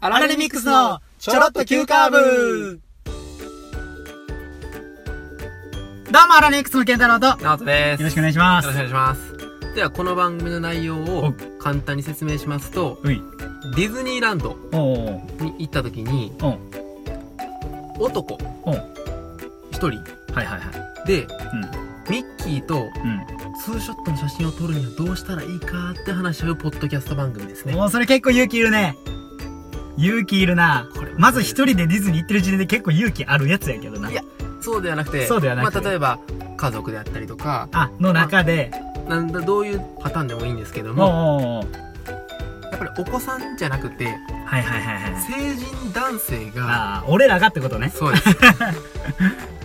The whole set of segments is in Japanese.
アラレミックスのちょろっと急カーブどうも、アラレミックスのケンタロウと、よナオトです。ろしくお願いしまよすろ。しくお願いします。では、この番組の内容おを簡単に説明しますと、うい。ディズニーランドおうに行った時に、おうおう男おう一人はいはいはい。で、うんミッキーとツーショットの写真を撮るにはどうしたらいいかって話し合うポッドキャスト番組ですうん。ね。もうそれ結構勇気いるね。勇気いるなこれ。まず一人でディズニー行ってる時点で結構勇気あるやつやけどな。いやそうではなくて、そうではなくてまあ、例えば、家族であったりとか、あ、の中で、なんだ、どういうパターンでもいいんですけどおうも、おうおうやっぱりお子さんじゃなくて、はいはいはいはい。成人男性が、ああ、俺らがってことね。そうです。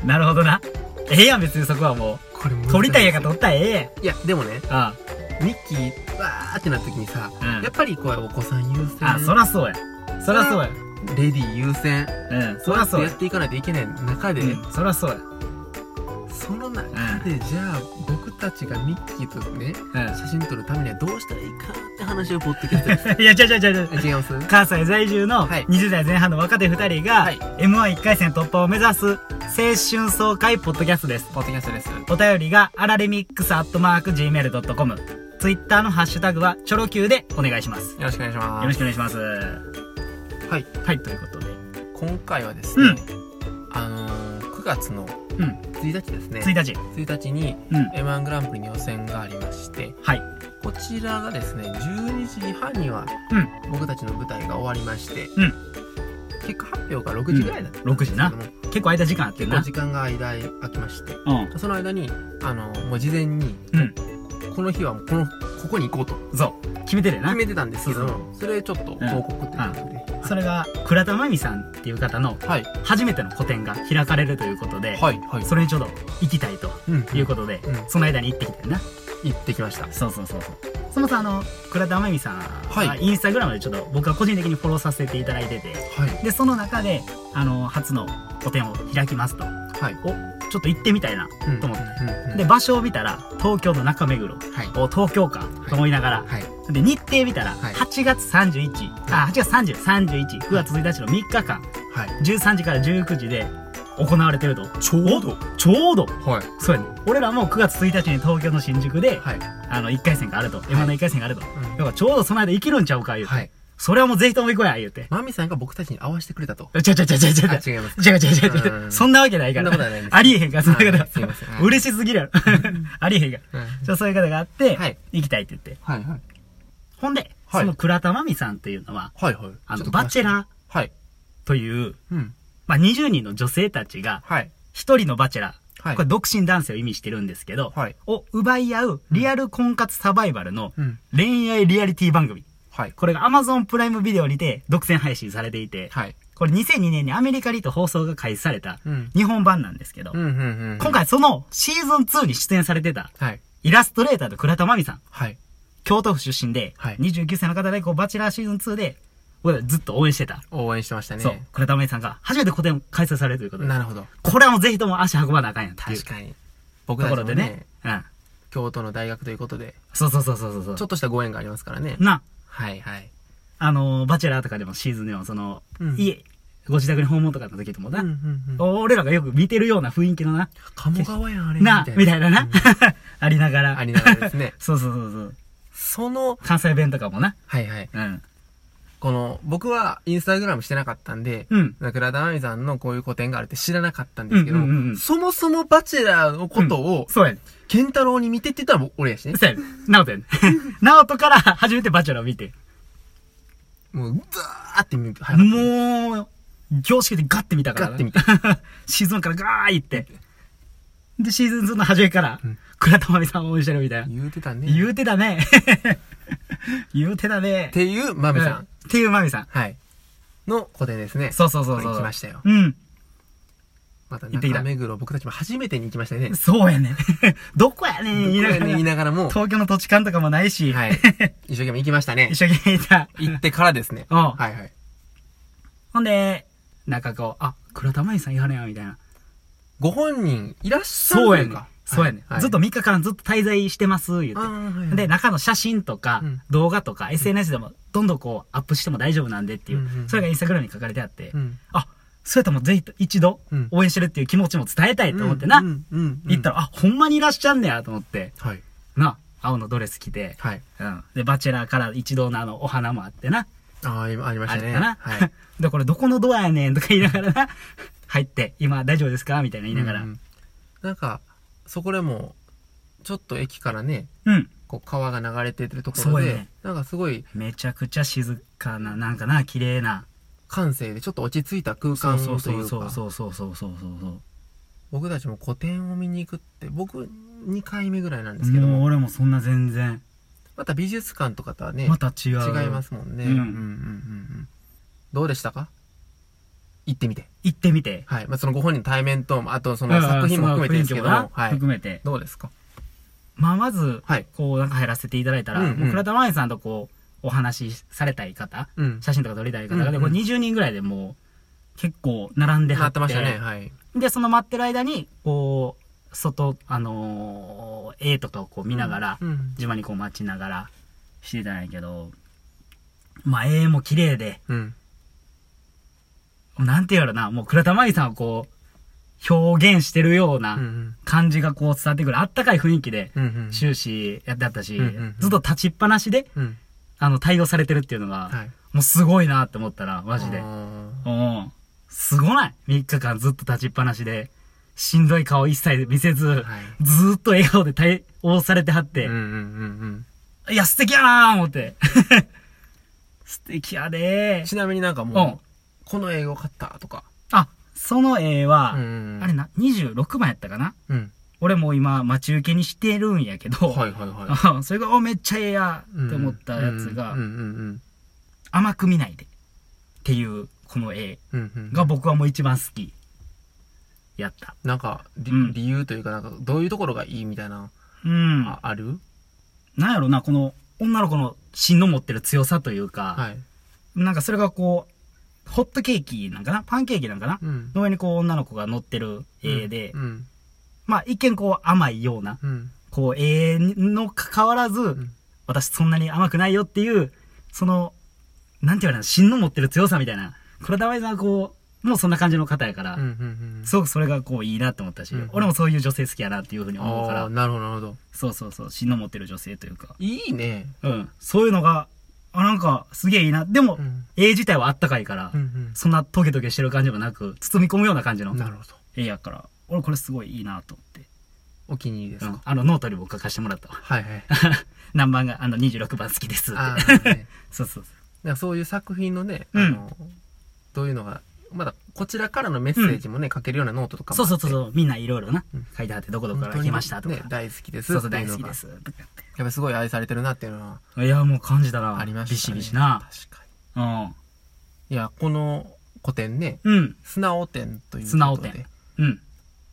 なるほどな。ええやん、別にそこはもこれ難しう。い撮りたいやから撮ったらええやん。いや、でもね、あミッキー、わーってなった時にさ、あ、うんやっ。ぱりこう、お子さん優先。あ、そらそうや。そらそうや。レディー優先。うん、そらそうややっ。ていかないといけない中で、うん、そらそうや。その中で、じゃあ、僕たちがミッキーとね、う写真撮るためにはどうしたらいいかって話をポッドキャスト です。ん。いや、ちゃちゃちゃちゃ。え違います関西在住のはい20代前半の若手2人がはい M11 回戦突破を目指す青春爽快ポッドキャストです。ポッドキャストです。お便りがアラレミックスアットマーク Gmail.com。ツイッターのハッシュタグはチョロ Q でお願いします。よろしくお願いしよまろすし。くお願いします。はい。はい、ということで。今回はですね、あのー、9月のうん。 1日ですね。 1日。 1日にうん。 M1 グランプリの予選がありまして、はい。こちらがですね12時半にはうん僕たちの舞台が終わりまして、うん結果発表が6時ぐらいだった、 6時な。も結構空いた時間あってん結構な。時間が間空きましてうん。その間にあのもう事前にうん。この日はもうこのここに行こうとそう。決めてるよな決。めてたんですけどそうもそれちょっと報告ということで、それが倉田真美さんっていう方のはい初めての個展が開かれるということで、はいはそれにちょうど行きたいとうんいうことで、うんその間に行ってきたよな。行ってきましたそうそうそうそう。そもそもあの、倉田真美さんは、はいインスタグラムでちょっと僕は個人的にフォローさせていただいてて、はいで、その中で、あの、初の個展を開きますと、はいちょっと行ってみたいなと思って。うんうんうんで、場所を見たら、東京の中目黒、はいお東京かと思いながら、はいで、日程見たら、はい8月31、あ、8月30、31、9月1日の3日間、はい13時から19時で行われてると。ちょうどちょうどはいそうやね。俺らも9月1日に東京の新宿で、はいあの、1回戦があると。M1 の1回戦があると。うんだからちょうどその間生きるんちゃうか、言うて。はいそれはもうぜひとも行こうや、言うて。マミさんが僕たちに合わせてくれたとちゃちゃちゃちゃちゃあちゃ。違います違う違う違う違う。うんそんなわけないかそんなことら。はないんですありえへんから、そんなはこいすいませんはと。い嬉しすぎるやろ。ありえへんから。うんじゃあそういう方があってはい、行きたいって言って。はいはいほんで、はいその倉田真美さんっていうのは、はいはい。あちょっの、とバチェ詳しラく。はい。ーという、うん。まあ、20人の女性たちが、はい。一人のバチェラはー、いこれ独身男性を意味してるんですけど、はい。を奪い合うリアル婚活サバイバルのうん。恋愛リアリティ番組。はい。これが Amazon プライムビデオにて独占配信されていて、はい。これ2002年にアメリカリと放送が開始されたうん。日本版なんですけど、うんうんうん。今回そのシーズン2に出演されてたはい。イラストレーターの倉田真美さん、はい。京都府出身で、はい29歳の方でこうバチェラーシーズン2で、僕らずっと応援してた。応援してましたね。そう。倉田真美さんが初めて個展を開催されるということで。なるほど。これはもうぜひとも足運ばなあかんやんっていう確とかに。僕たこちろもでねね、。うん。京都の大学ということで、そうそうそうそうそうそう。ちょっとしたご縁がありますからね。な、はいはい。あのーバチェラーとかでもシーズンでもその、うん家、ご自宅に訪問とかの時ともな、うんうんうん。俺らがよく見てるような雰囲気のな、鴨川やん、あれ。な、みたいなな、 ありながうん。あら。。りながらですね そうそうそうそう。 その、関西弁とかもな。はいはい。うん。この、僕はインスタグラムしてなかったんで、うん。倉田真美さんのこういう個展があるって知らなかったんですけどうんうんうんうん、そもそもバチェラーのことを、そうやね。ケンタロウに見てって言ったらもう俺やしね。そうやね。なおとやね。 なおとから 初めてバチェラーを見て。もう、ザーって見る。はいもう、凝縮でガッて見たからな。ガッて見て シーズンからガーいって。で、シーズン2の初めからうん、倉田真美さんを応援してるみたいな。言うてたね。っ言うてたね。 言うてたね。ていう、まめうさ。んっていうまみさん。はい。の個展ですね。そうそうそうそう。これ行きましたようん。また行ってきた中目黒、僕たちも初めてに行きましたね。そうやね。 どこやねん、言いなが僕らねら言いながらも、は東京の土地勘とかもないし、 い。一生懸命行きましたね一。緒にいた。行ってからですね。うんはいはい。ほんで、なんかこう、あ、倉田真由さんやるやん、みたいな。ご本人いらっしゃるそうとやいねうんか。。そうやね、はいずっと3日間ずっと滞在してます、言あうーはいはて。いで、中の写真とかうん、動画とか、SNS でも、どんどんこう、アップしても大丈夫なんでっていう、うんうんうんそれがインスタグラムに書かれてあって、うんあ、そうやったらもうぜひ一度うん、応援してるっていう気持ちも伝えたいと思ってな、うんうんうんうん行ったら、あ、ほんまにいらっしゃんねやと思って、はいな、青のドレス着て、はいうん。で、バチェラーから一度のあの、お花もあってな、ああ今ありましあたれねだな。はいで、これどこのドアやねんとか言いながらな、入って、今大丈夫ですかみたい な言いながら。うんうんなんかそこでもちょっと駅からねうん。こう川が流れてるとこそろうで、やねなんかすごいめちゃくちゃ静かな、なんかな、綺麗な。感性でちょっと落ち着いた空そ間うといそううかそうそうそうそうそうそうそう僕たちも個展を見に行くって僕2回目ぐらいなんでそう。すけどもうも俺もそんな全然、また美術館とかとはね、また違う。違いま。すもんね、うんうんうんうんうんどうでしたか行ってみて行ってみて。はい、まあ、そのご本人の対面とあとその作品も含めてですけうんどその雰囲も、気もなはい、含めて。どうですかまあ、まず、はいこう、なんか入らせていただいたら、うんうんもう倉田真由さんとこう、お話しされたい方、うん写真とか撮りたい方うが、んうで、んこれ20人ぐらいでもう、結構、並んではなっ。っててましたねはいで、その待ってる間に、こう、外、あのー絵とかをこう見ながら、うんうん自慢にこう待ちながらしてたんやけど、まあ、絵も綺麗で、うんなんて言うやろな、もう倉田真由さんをこう、表現してるよううんうなん感じがこう伝わってくる、あったかい雰囲気で、うんうん終始やってあったし、うんうんうんずっと立ちっぱなしで、うんあの、対応されてるっていうのが、はいもうすごいなって思ったら、マジであ。ーうん。すごない ?3 日間ずっと立ちっぱなしで、しんどい顔一切見せず、はいずーっと笑顔で対応されてはって、うんうんうんいや、素敵やなー思って。 素敵やうでんー。ちなみになんかもう、うんこの映画を買ったとかあ、その絵は、うんあれな、26番やったかなうん俺もう今、待ち受けにしてるんやけど、はいはいは それが、お、めっちゃええやいって思ったやつが、うんうん甘く見ないでっていう、この絵うんうんうんが僕はもう一番好き。やった。なんか、りうん理由というか、なんか、どういうところがいいみたいな、うん。ああるなんやろな、この、女の子の芯の持ってる強さというか、はい。なんかそれがこう、ホットケーキなんかなパンケーキなんかな、うん。の上にこう女の子が乗ってる絵で、うん。まあ一見こう甘いような、うん。こう絵の関わらず、ん私そんなに甘くないよっていう、その、なんて言うかな、芯の持ってる強さみたいな。黒田舞さんはこう、もうそんな感じの方やから、うん。うん。すごくそれがこういいなと思ったし、うん俺もそういう女性好きやなっていうふうにうん。思うかああー、ら、なるほど、なるほど。そうそうそう、芯の持ってる女性というか、いいね。うん、そういうのが、あ、なんかすげえいいな。でも、うん。絵自体はあったかいから、うん。そんなトゲトゲしてる感じもなく、包み込むような感じのなるほど。絵やから、俺これすごいいいなと思って。お気に入りですうかん。あの、ノートに僕書かせてもらったわ。 はいはい。何番が、あの、26番好きですって。 ああ、なるほどねそうそうそう。なんかそういう作品のね、うんあの、どういうのが、まだ、こちらからのメッセージもね、書けるようなノートとかもそあうって。そうそうそう、みんないろいろなうん、書いてあって、どこどこ本か当らに来ましたとか。ね、大好きです。。そうそう、大好きですす。とかっやっぱりすごい愛されてるなっていうのは、て。いや、もう感じたな。ありましたね。ビシビシな。確かうん。に。いや、この古典ね、うん。素直展ということで。素直展うん。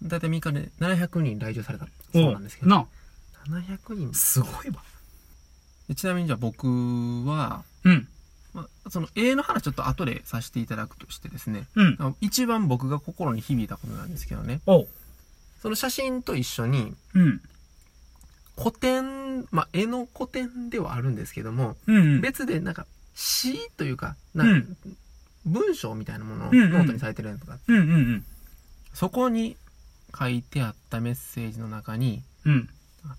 だいたい3日で700人来場されたおそうなんですけどな700人すごいわ。でちなみにじゃあ僕は、うん。まあ、その絵の話ちょっと後でさせていただくとしてですねうん。あの一番僕が心に響いたことなんですけどねおう。その写真と一緒にうん。古典、まあ、絵の古典ではあるんですけども、うんうん。別でなんか詩というかう。なんうんか文章みたいなものをうんうんノートにされてるやつがあって、うんうんそこに書いてあったメッセージの中にうん。うん。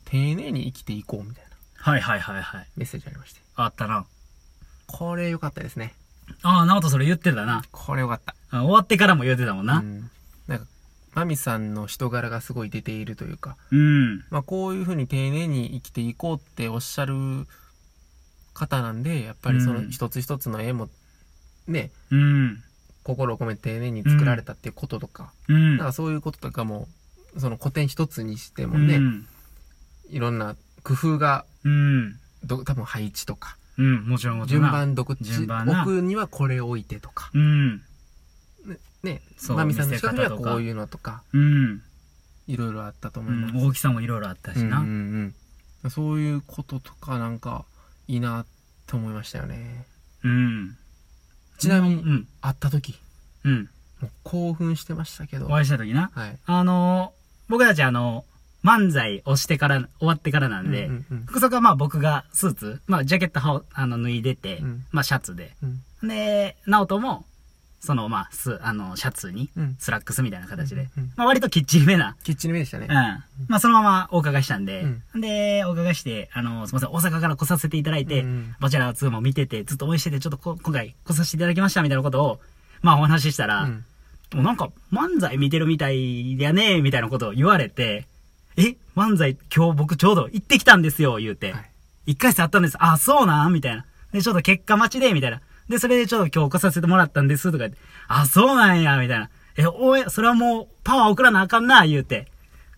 丁寧に生きていこうみたいなはいはいはいはい。メッセージありましてあったな。これ良かったですねああ、直人それ言ってたな。これ良かったあ終わってからも言ってたもんうな。ん、なんかマミさんの人柄がすごい出ているというか、うん。まあ、こういうふうに丁寧に生きていこうっておっしゃる方なんでやっぱりそのうん一つ一つの絵もねうん。心を込めて丁寧に作られたっていうこととか,、うん。なんかそういうこととかもその古典一つにしてもうね、ん。いろんな工夫がうん。ど多分配置とかうん。もちろんもちろ順んな。番どこっち順番な置くにはこれ置いてとかうん。ねそうマミさんの近くに見はせ方とかこういうのとかうん。いろいろあったと思ういます。ん、大きさもいろいろあったしな。うんうんうん、そういうこととかなんかいいなって思いましたよねうん。ちなみうにん。会った時うん。もう興奮してましたけどお会いした時な。はいあのー僕たちあの漫才をしてから、終わってからなんで、うんうんうん服装がまあ僕がスーツ、まあジャケットはおあの脱いでて、うんまあシャツで。うんで、直人も、そのまあス、あの、シャツにうん、スラックスみたいな形で、うんうんまあ割ときっちりめな、キッチン目でしたねうん。まあそのままお伺いしたんで、うで、お伺いして、あの、すみません、大阪から来させていただいて、うんバチェラー2も見てて、ずっと応援してて、ちょっとこ今回来させていただきましたみたいなことを、まあお話ししたら、うんもうなんか漫才見てるみたいやねみたいなことを言われて、え、漫才今日僕ちょうど行ってきたんですよ、言うてはい。一、回戦あったんです。あ、そうなんみたいな。で、ちょっと結果待ちで、みたいな。で、それでちょっと今日来させてもらったんです、とか言って。あ、そうなんや、みたいな。え、応援、それはもうパワー送らなあかんな、言うて。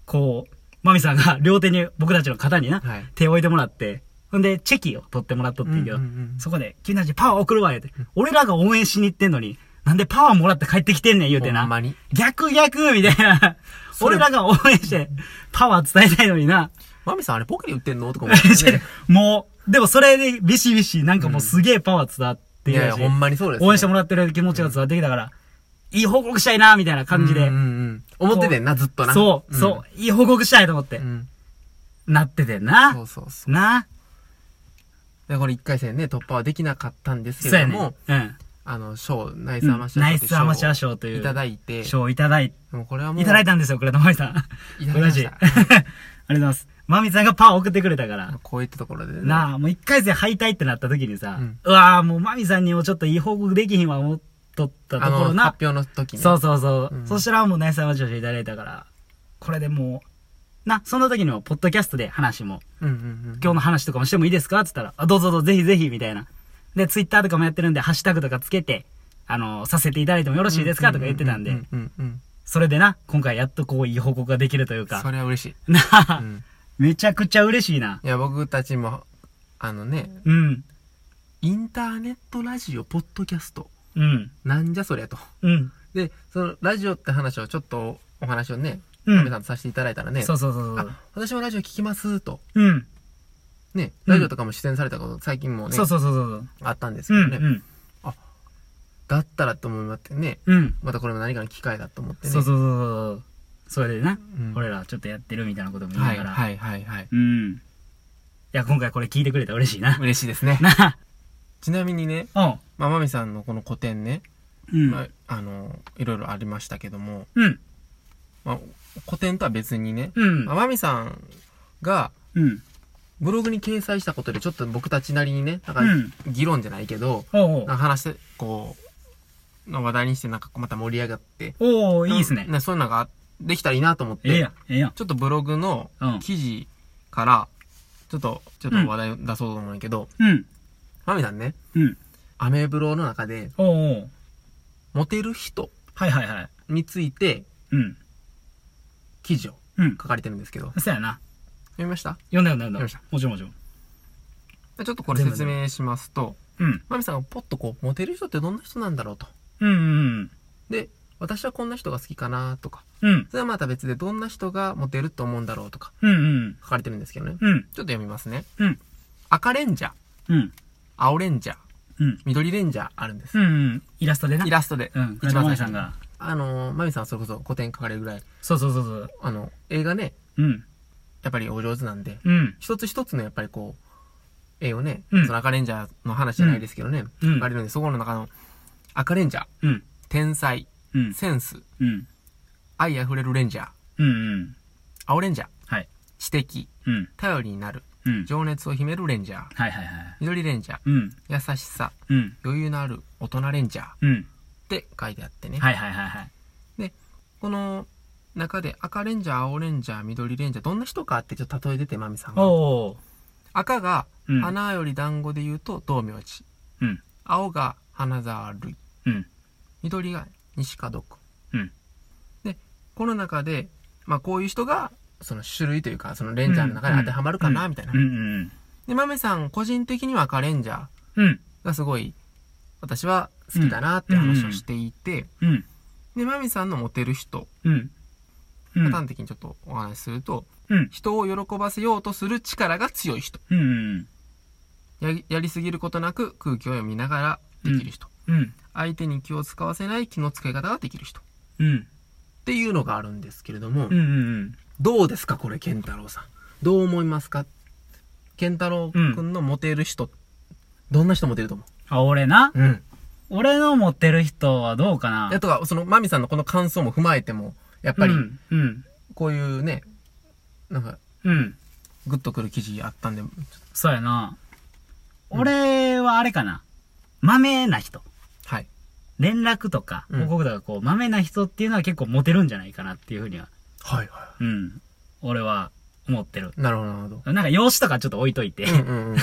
こう、マミさんが 両手に僕たちの肩にな、はい手を置いてもらって。ほんで、チェキを取ってもらっとってんけど、うんうんうんそこで、君たちパワー送るわ、言うて。俺らが応援しに行ってんのに、なんでパワーもらって帰ってきてんねん、言うてな。ほんまに逆逆みたいな。れ俺らが応援して、パワー伝えたいのにな。マミさんあれポケで売ってんのとか思って、ね もう、でもそれでビシビシ、なんかもうすげえパワー伝わっていきたやいしや、ほんまにそうです、応援してももらってる気持ちが伝わってきたから、いい報告したいな、みたいな感じでうんう。んうん。思っててんな、ずっとな。そう、そう、いい報告したいと思ってう、ん。なっててんうん。そな。うそうそう。な。で、これ1回戦ね、突破はできなかったんですけそうれやどねも、。うん。あの、賞、ナイスアマチュアナ賞イっていうスアマチュア賞賞とをいう。いただいて、賞をいただいて。もうこれはもう、いただいたんですよ、倉田真美さん。いただき同ましたじありがとうございます。真美さんがパワー送ってくれたから。こういったところでね。なあ、もう一回戦敗退ってなった時にさ、ううんわあ、もうマミさんにもちょっといい報告できひんわ、思っとったあところの、な。発表の時に。そうそうそう。うんそしたらもうナイスアマチュア賞いただいたから、これでもう、な、その時にも、ポッドキャストで話も、うんうんうん。今日の話とかもしてもいいですかって言ったら、あ、どうぞどうぞ、ぜひぜひ、みたいな。で、ツイッターとかもやってるんで、ハッシュタグとかつけて、あの、させていただいてもよろしいですかとか言ってたんうでん、うんうんそれでな、今回やっとこう、いい報告ができるといううん。そか、れは嬉しい。なうあ、ん。めちゃくちゃ嬉しいな。いや、僕たちも、あのね、うん、インターネットラジオ、ポッドキャスト、うん、なんじゃそりゃと。うん。で、その、ラジオって話をちょっと、お話をね、うん皆さんとさせていただいたらね、そうそうそうそう。あ、私もラジオ聞きます、と。うん。ね、うんラジオとかも出演されたこと、最近もねそう、そうそうそうあったんですそけう。うどん。ねう。ん。だったらと思ってね、うん。またこれも何かの機会だと思ってね。そうそうそうそう。それでな、うん俺らちょっとやってるみたいなことも言いはないがら。はいはいはい。うん。いや、今回これ聞いてくれたら嬉しいな。嬉しいですね。なちなみにね、あ。おう。まあ、まみさんのこの個展ね、うん。まあ、あの、いろいろありましたけども、うん。まあ、個展とは別にね、うんまあ。まみさんがうん。ブログに掲載したことで、ちょっと僕たちなりにね、なんかうん議論じゃないけど、おうなんか話して、こう、の話題にして、なんかまた盛り上がって、おう。おういいっすねな。そういうのができたらいいなと思って、ええやん、ええやん。ちょっとブログのうん記事から、ちょっと、ちょっと話題を出そうと思うんだけど、うん。マミさんね、うん。アメブロの中で、おうおう。モテる人はいはいはい。についてうん。記事をうん。書かれてるんですけど、そうやな。読みました読んだ読んだ読み読まんしただ。もちろんもちろん。ちょっとこれ説明しますと、うん。マミさんがポッとこう、モテる人ってどんな人なんだろうと。うんうんで、私はこんな人が好きかなとか、うん。うん。それはまた別でどんな人がモテると思うんだろうとかうんうん。書かれてるんですけどね。ちょうん。っと読みますね。うん。赤レンジャー、うん。青レンジャー、うん。緑レンジャーあるんです。うんうん。イラストでな。イラストで。うん。一一番番最さ初んに。が。あのー、マミさんはそれこそ古典書かれるぐらい、そうそうそうそう。あの、映画ね、うん。やっぱりお上手なんで、うん。一つ一つのやっぱりこう、絵をね、うんその赤レンジャーの話じゃないですけどね、うん書かれるんで、そこの中の赤レンジャー、うん。天才、うん。センス、うん。愛あふれるレンジャー、うん。うん。青レンジャー、はい。知的、うん。頼りになる、うん。情熱を秘めるレンジャー、はいはいはい。緑レンジャー、うん。優しさ、うん。余裕のある大人レンジャーっうん。て書いてあってね、はいはいはいはい。この中で赤レンジャー、青レンジャー、緑レンジャー、どんな人かってちょっと例え出て、まみさんが。おお。赤がうん花より団子で言うと道明寺、うん。青が花沢類、うん。緑が西門区。うん。で、この中で、まあこういう人が、その種類というか、そのレンジャーの中に当てはまるかな、みたいなうん。うん。で、豆さん、個人的には赤レンジャーうん。がすごい、私は好きだなって話をしていて、うん。で、マミさんのモテる人、うん。うパん。ターン的にちょっとお話しすると、うん。人を喜ばせようとする力が強い人。うん。やりやりすぎることなく空気を読みながらできる人。うん。相手に気を使わせない気の使い方ができる人っうん。ていうのがあるんですけれども、うん。どうですかこれ、健太郎さん。どう思いますか健太郎くんのモテる人、どんな人モテると思あ、俺な。ううん。俺の持ってる人はどうかな。あとは、その、マミさんのこの感想も踏まえても、やっぱりう、ん。うん。こういうね、なんか、うん。グッとくる記事あったんで、ちょっそうやな。俺はあれかな。豆な人。とはい。連絡とか、うん報告とか、こう、豆な人っていうのは結構モテるんじゃないかなっていうふうには。はいはうん。俺は思ってる。い。なるほど、なる ほど。なんか用紙とかちょっと置いといて。うんうん うん。で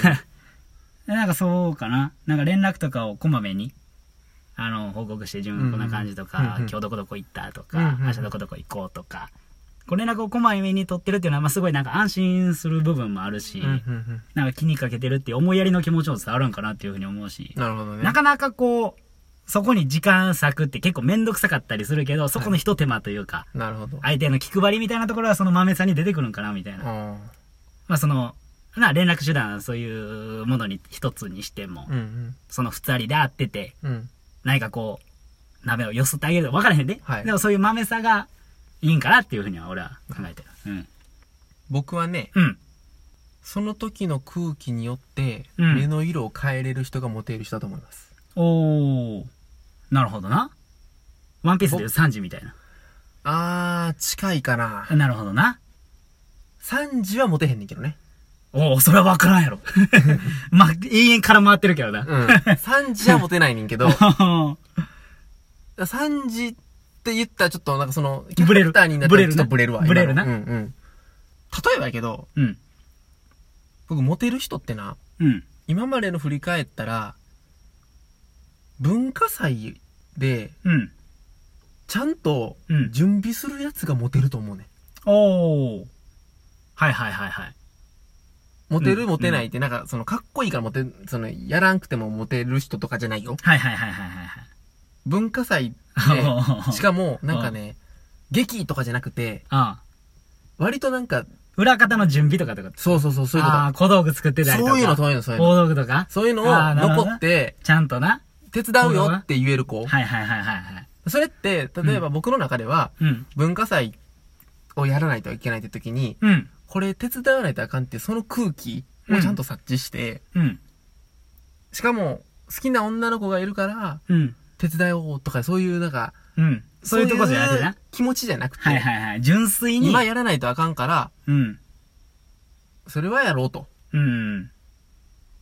なんかそうかな。なんか連絡とかをこまめに、あの、報告して、自分こんな感じとうんか、うんう今ん日どこどこ行ったとうんかう、んうん明日どこどこ行こうとか、こう連絡をこまめに取ってるっていうのは、まあすごいなんか安心する部分もあるし、うんうんうんなんか気にかけてるっていう思いやりの気持ちも伝わるんかなっていうふうに思うし、なるほどね。なかなかこう、そこに時間割くって結構めんどくさかったりするけど、そこの一手間というか、なるほど。相手への気配りみたいなところはその豆さんに出てくるんかなみたいな。あまあその、な、連絡手段、そういうものに一つにしてもー、うんその二人で会ってて、うん。うん。何かこう、鍋をよそってあげる分からへんで、はいでもそういう豆さがいいんかなっていうふうには俺は考えてる。うん。僕はね、うん。その時の空気によって、うん目の色を変えれる人がモテる人だと思います。おー。なるほどな。ワンピースでいう3時みたいな。あー、近いかな。なるほどな。 3時はモテへんねんけどね。おー、それは分からんやろ。 まあ、永遠から回ってるけどな。 うん。3時はモテないねんけど、3時って言ったらちょっとなんかその、キブャレラるクターになったブレらるちょっなとブレるわ。ブレるな今のうんうん。例えばやけど、うん。僕モテる人ってな、うん。今までの振り返ったら、文化祭で、うん。ちゃんとうん、準備するやつがモテると思うねん。おー。はいはいはいはい。モテうるんモテないって、なんか、その、かっこいいからモテ、その、やらんくてもモテる人とかじゃないよ。はいはいはいはいはいはい。文化祭 で、しかも、なんかね、劇とかじゃなくて、ああ割となんか、裏方の準備とかってことそうそうそう、そういうこああ、小道具作ってと。たりとか。そういうの、そういうの、そういうの。大道具とかそういうのをあーなるほど残なって、ちゃんとな。手伝うよって言える子。はいはいはいはいはい。それって、例えば僕の中では、うん。文化祭をやらないといけないって時に、うん。これ手伝わないとあかんっていうその空気をちゃんと察知して、うん。しかも、好きな女の子がいるから、うん。手伝おうとか、そういう、なんか、うん。そういうとこじゃなくてそういなう。気持ちじゃなくて、はいはいはい。純粋に。今やらないとあかんから、うん。それはやろうと。うん。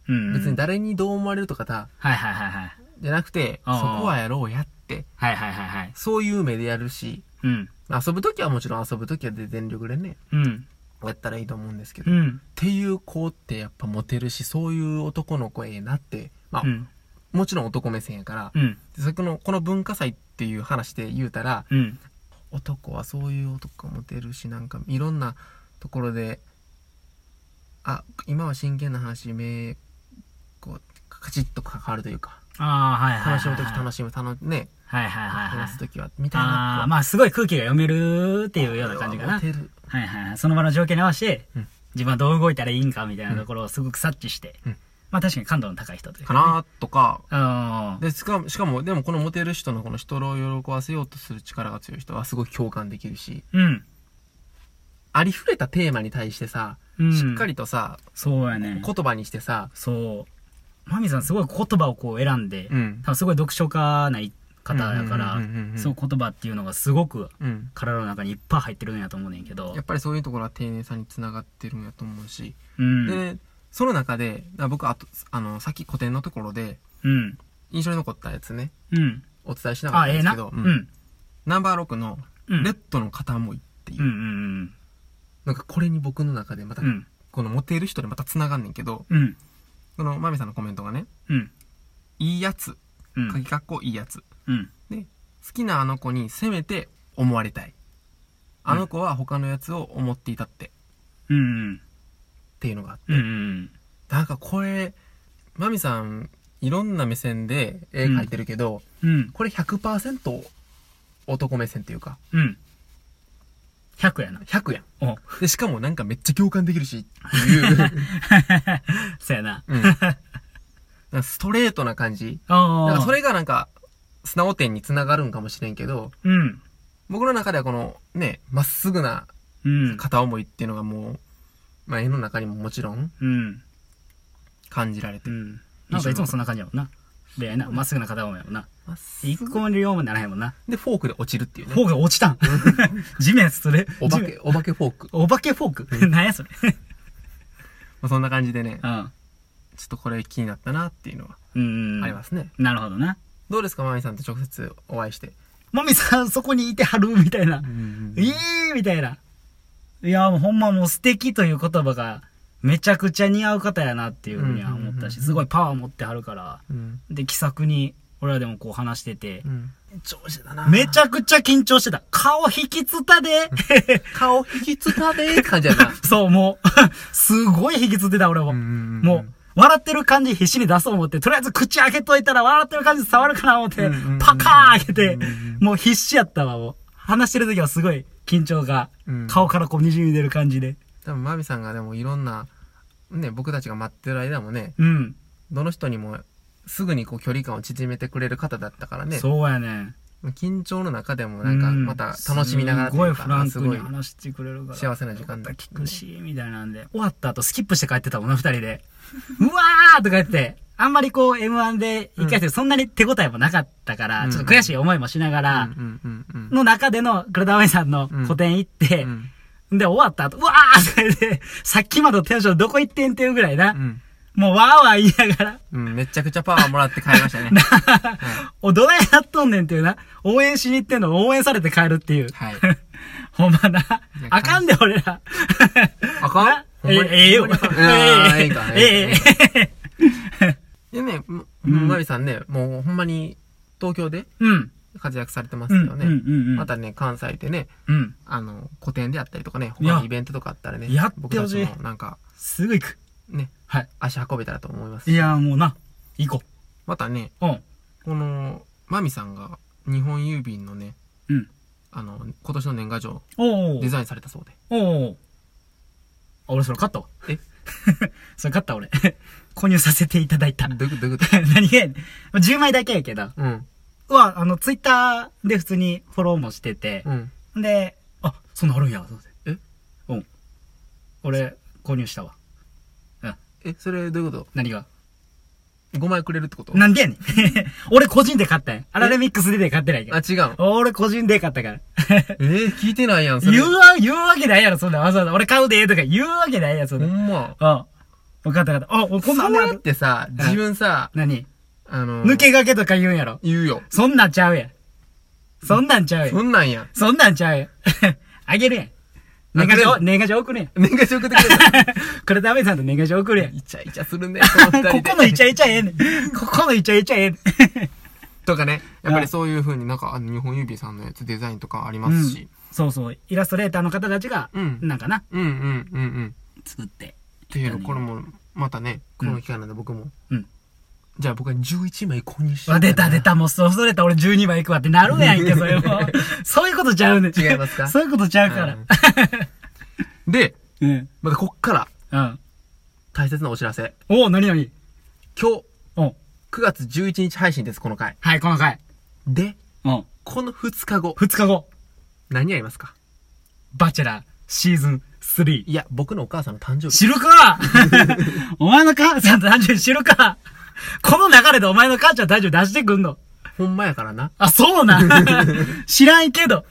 うん。別に。誰にどう思われるとかだ、はいはいはいはい。じゃなくて、そあーこはやろうやって、はいはいはいはい。そういう目でやるし、うん。遊ぶときはもちろん遊ぶときは全力でね、うん。やったらいいと思うんですけど、うっん。ていう子ってやっぱモテるし、そういう男の子ええなって、まあ、うん。もちろん男目線やから、うん。そこの、この文化祭っていう話で言うたら、うん。男はそういう男がモテるしなんかいろんなところであ今は真剣な話目こうカチッと関わるというかああ、はいはいはい。楽しむ時楽ししむ楽ねはいはいはいはい話す。時はみたいあなあ、まあすごい空気が読めるっていうような感じかなモ。テるはいはいはい。その場の条件に合わせてうん、自分はどう動いたらいいんかみたいなところをすごく察知してうん、まあ確かに感度の高い人というか。なとかああ。でしかもしかもでもこのモテる人のこの人を喜ばせようとする力が強い人はすごい共感できるしうん。ありふれたテーマに対してさ、うんしっかりとさそうやね。言葉にしてさ、そう。マミさんすごい言葉をこう選んで、うん多分すごい読書家ない方やからうんうんうんうんうん、そう言葉っていうのがすごくうん、体の中にいっぱい入ってるんやと思うねんけどやっ。ぱりそういうところは丁寧さにつながってるんやと思うしうん。うん。で、その中で、だから僕あと、あの、さっき古典のところで、うん。印象に残ったやつね、お伝えしなかっあ、たんえでえすな。けど、ううんん。ナンバー6の、うんレッドの片思いっていう、うんうんなんかこれに僕の中でまた、うん。うん。このモテる人にまた繋がんねんけど、うん。このマミさんのコメントがね、うん。いいやつ、うん。鍵かっこいいやつ。うん。で、好きなあの子にせめて思われたい。あの子は他のやつを思っていたって、っうん。うん。ていうのがあって、うんうん。なんかこれ、マミさん、いろんな目線で絵描いてるけど、うん。これ100%男目線っていうか、うん。100やな。 100やん。 おで、しかもなんかめっちゃ共感できるし、っていう、そうやな。うん、なんかストレートな感じ。ああ。なんかそれがなんか、素直点につながるんかもしれんけど、うん。僕の中ではこのね、まっすぐなうん。片思いっていうのがもう、まあ、絵の中にももちろんうん。感じられてうる。ん。なんかいつもそんな感じやもんな。恋愛な。まっすぐな片思いやもんな。まっす一ぐ個も両もならへんもんな。で、フォークで落ちるっていうフォね。ークが落ちたん。地面すれ。お化地面。け、お化けフォーク。お化けフォーク何やそれ。まあ、そんな感じでねう、ん。ちょっとこれ気になったなっていうのはうん。。ありますすね。なるほどな。どうですか、まみさんと直接お会いして。もみさん、そこにいてはるみたいな。ええー、みたいな。いや、もうほんまもう素敵という言葉が、めちゃくちゃ似合う方やなっていうふうには思ったうし、んうんうんうんすごいパワー持ってはるから。うん。で、気さくに、俺らでもこう話しててう、ん。調子だなめちゃくちゃ緊張してた。顔引きつったで顔引きつかでーって感じやな。そう、もう、 すごい引きつってた、俺も。んもう、笑ってる感じ必死に出そう思って、とりあえず口開けといたら笑ってる感じ伝わるかな思ってうんうんうん、パカー開けてうんうん、もう必死やったわ、もう。話してる時はすごい緊張がうん、顔からこう滲み出る感じで。多分マミさんがでもいろんな、ね、僕たちが待ってる間もね、うん。どの人にもすぐにこう距離感を縮めてくれる方だったからね、そうやね。緊張の中でもなんかうまた楽しみながらすとごいいうかフランすクごにい話してくれるから。幸せな時間だよかった聞くし、みたいなんで。終わった後スキップして帰ってたもんな、二人で。 うわーとか言って。あんまりこう M1 で一回戦そんなに手応えもなかったから、うんちょっと悔しい思いもしながら、うんうんうんの中での倉田真由さんの個展行って、うんで、終わった後、うわーって言って、さっきまでのテンションどこ行ってんっていうぐらいな。うんもうわーわー言いながら、うんめちゃくちゃパワーもらって帰りましたねお、どないなっとんねんっていうな。応援しに行ってんのを応援されて帰るっていう。はい ほんまなや。あかんで、俺ら。あかんほんえまにええよ。ほんまにあーえいいかえええええ えでねもうんマミさんねもうほんまに東京でうん。活躍されてますうけん。どうん。うねん。またね関西でねうん。あの個展であったりとかねいや他のイベントとかあったらねやってほしい僕たちもなんかすぐ行く。ねはい。足運べたらと思いますいや、もうな。行こまたねう。うん。このマミさんが日本郵便のねうん。あの今年の年賀状おおデ。ザインされたそうでおお。あ、俺それ買ったわ。 えそれ買った俺。 購入させていただいた。どういうことどういうこ 何がやねん。10枚だけやけど。とうんは、あの、ツイッターで普通にフォローもしてて。うんで、あ、そんなんあるんや、と思って。えうん。俺、購入したわ。うん。えそれどういうこ何がと5枚くれるってこと なんでやねん。 俺個人で買ったんや。アラレミックスでで買ってないけあど。違う俺個人で買った から。えー、聞いてないやんそれ言うわ、言うわけないやろ、そんな。わざわざ。俺買うでとか言うわけないやん、そんほな。うん。んま分かった分かった。あ、俺こんなんあんねそうややっ。てさ自分さ何あの抜け駆けとか言うんやろ。言うよそんなんちゃうやん。そんなんちゃうやそん。んなんやそんなんちゃうやん。 あげるやん。年賀状、年賀状送るやん。 年賀状送ってくれたこれダメさんと年賀状送るやん。イチャイチャするねここのイチャイチャええねん。ここのイチャイチャええねん。とかねやっぱりそういう風になんかあの日本郵便さんのやつデザインとかありますしそうそう。イラストレーターの方たちが、うんなんかな、うんうんうんうん作って。っていうのこれもまたねこの機会なんで僕もうん。じゃあ僕は11枚購入しようわ、かな出た出た、もうそう、それやったら俺12番いくわってなるやんけ、それも。そういうことちゃうねん。違いますかそういうことちゃうから。で、 うん。またこっかうらん。大切なお知らせ。おお、なになに今日、おう9月11日配信です、この回。はい、この回。で、うん。この2日後、 2日後、何やりますかバチェラー、シーズン3。いや、僕のお母さんの誕生日。知るかお前の母ちゃん誕生日知るかこの流れでお前の母ちゃん誕生日出してくんのほんまやからな。あ、そうなん。知らんけど。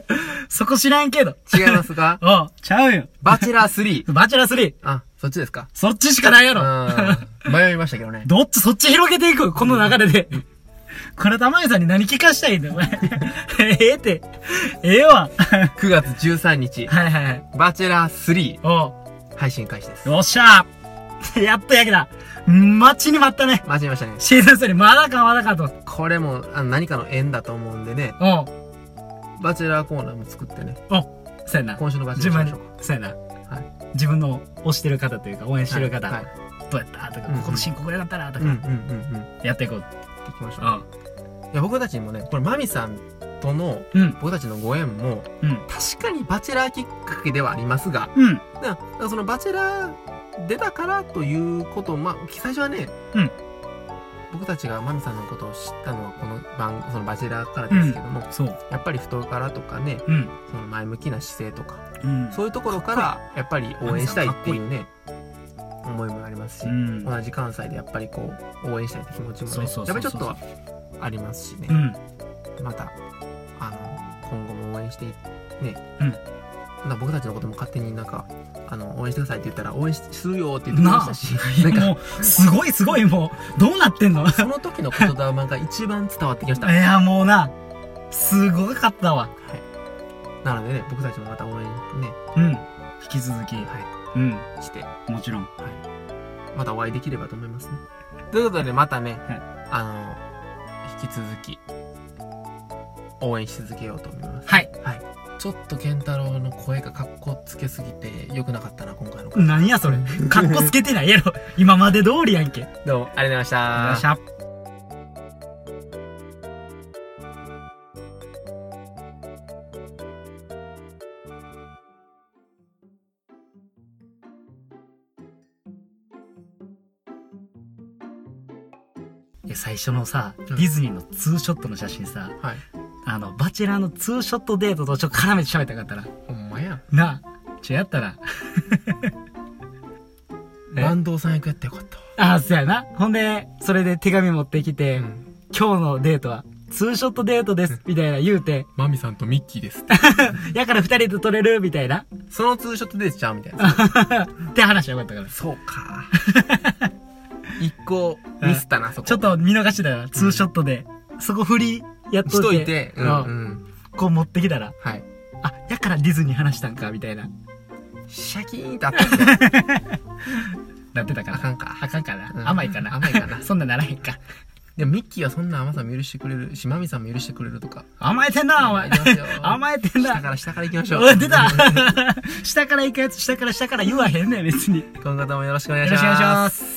そこ知らんけど。違います かおうちゃうよ。バチェラー 3! バチェラー3。あ、そっちですかそっちしかないやうろ。ん。迷いましたけどね。どっち、そっち広げていくこの流れで。これ、玉井さんに何聞かしたいんだよ、お前ええって。ええわ。は9月13日い、はいはい。バチェラーおう3配信開始です。よっしゃやっとやけだ。待ちに待ったね。間違えましたね。シーズン3、まだかまだかと。これもあの何かの縁だと思うんでね、おうバチェラーコーナーも作ってね、おそうやな。今週のバチ自ェラー分しましょうか。そうやな。はい自分の推してる方というか、応援してる方、はい。どうやったとか、うんうんこの進行が良かったなとうんうんか、うんうん。ややっていこう。っていきましょうう。いや僕たちにもねこれマミさんとのん。うん。僕たちのご縁もうん。確かにバチェラーきっかけではありますがうん。だからそのバチェラー出たからということまあ最初はね、うん僕たちがマミさんのことを知ったのはこの番そのバチェラーからですけども、そう。やっぱり人柄とかねうん。その前向きな姿勢とかうん。そういうところからやっぱり応援したいっていうね思いもありますし、うん。同じ関西でやっぱりこう応援したいって気持ちもねそうそうそうそうやっぱりちょっとはありますしね、うん。またあの今後も応援していね、うんな僕たちのことも勝手になんかあの応援してくださいって言ったら応援しするよって言ってきましたしなんかもう、すごいすごい、もう、どうなってんのいその時の言葉が一番伝わってきましたや、もうな、すごかったわ。なのでね僕たちもまた応援ね、うん。引き続き、はうん。い、してもちろん。またお会いできればと思いますね。ということで、またね、はいあの、引き続き、応援し続けようと思います。はい。はい。ちょっと健太郎の声がかっこつけすぎて良くなかったな、今回の回。何やそれ。かっこつけてないやろ。今まで通りやんけ。よどうもありがとうございましたっし。ゃ。いや最初のさ、ディズニーのツーショットの写真さ、はい。あの、バチェラーのツーショットデートとちょっと絡めて喋ったかったら、ほんまや。なあ、ちょ、やった ら。え坂東さん役やってよかったわ。 あ、そうやな。ほんで、それで手紙持ってきて、うん。今日のデートは、ツーショットデートです、みたいな言うて、マミさんとミッキーです。やから二人で撮れる、みたいな。そのツーショットでちゃうみたいな。って話はよかったから。そう か。一個ミスったな、そこ。ちょっと見逃してたから、ツーショットで。そこ振り、やっといて。しといて、ううんん、うん。こう持ってきたら、はい。あ、やからディズニー話したんか、みたいな。シャキーンとあったねなってたかあら。かん か。あかんかな、うん甘いかな甘いかな そんなならへんか。でもミッキーはそんな甘さも許してくれるし、マミさんも許してくれるとか。甘えてんな、お前。甘甘えてん下な。から下から行きましょお う。い出た 下から行くやつ、下から下から言わへんねん、別に。よ今後ともよろしくお願いろししくおます。願いします。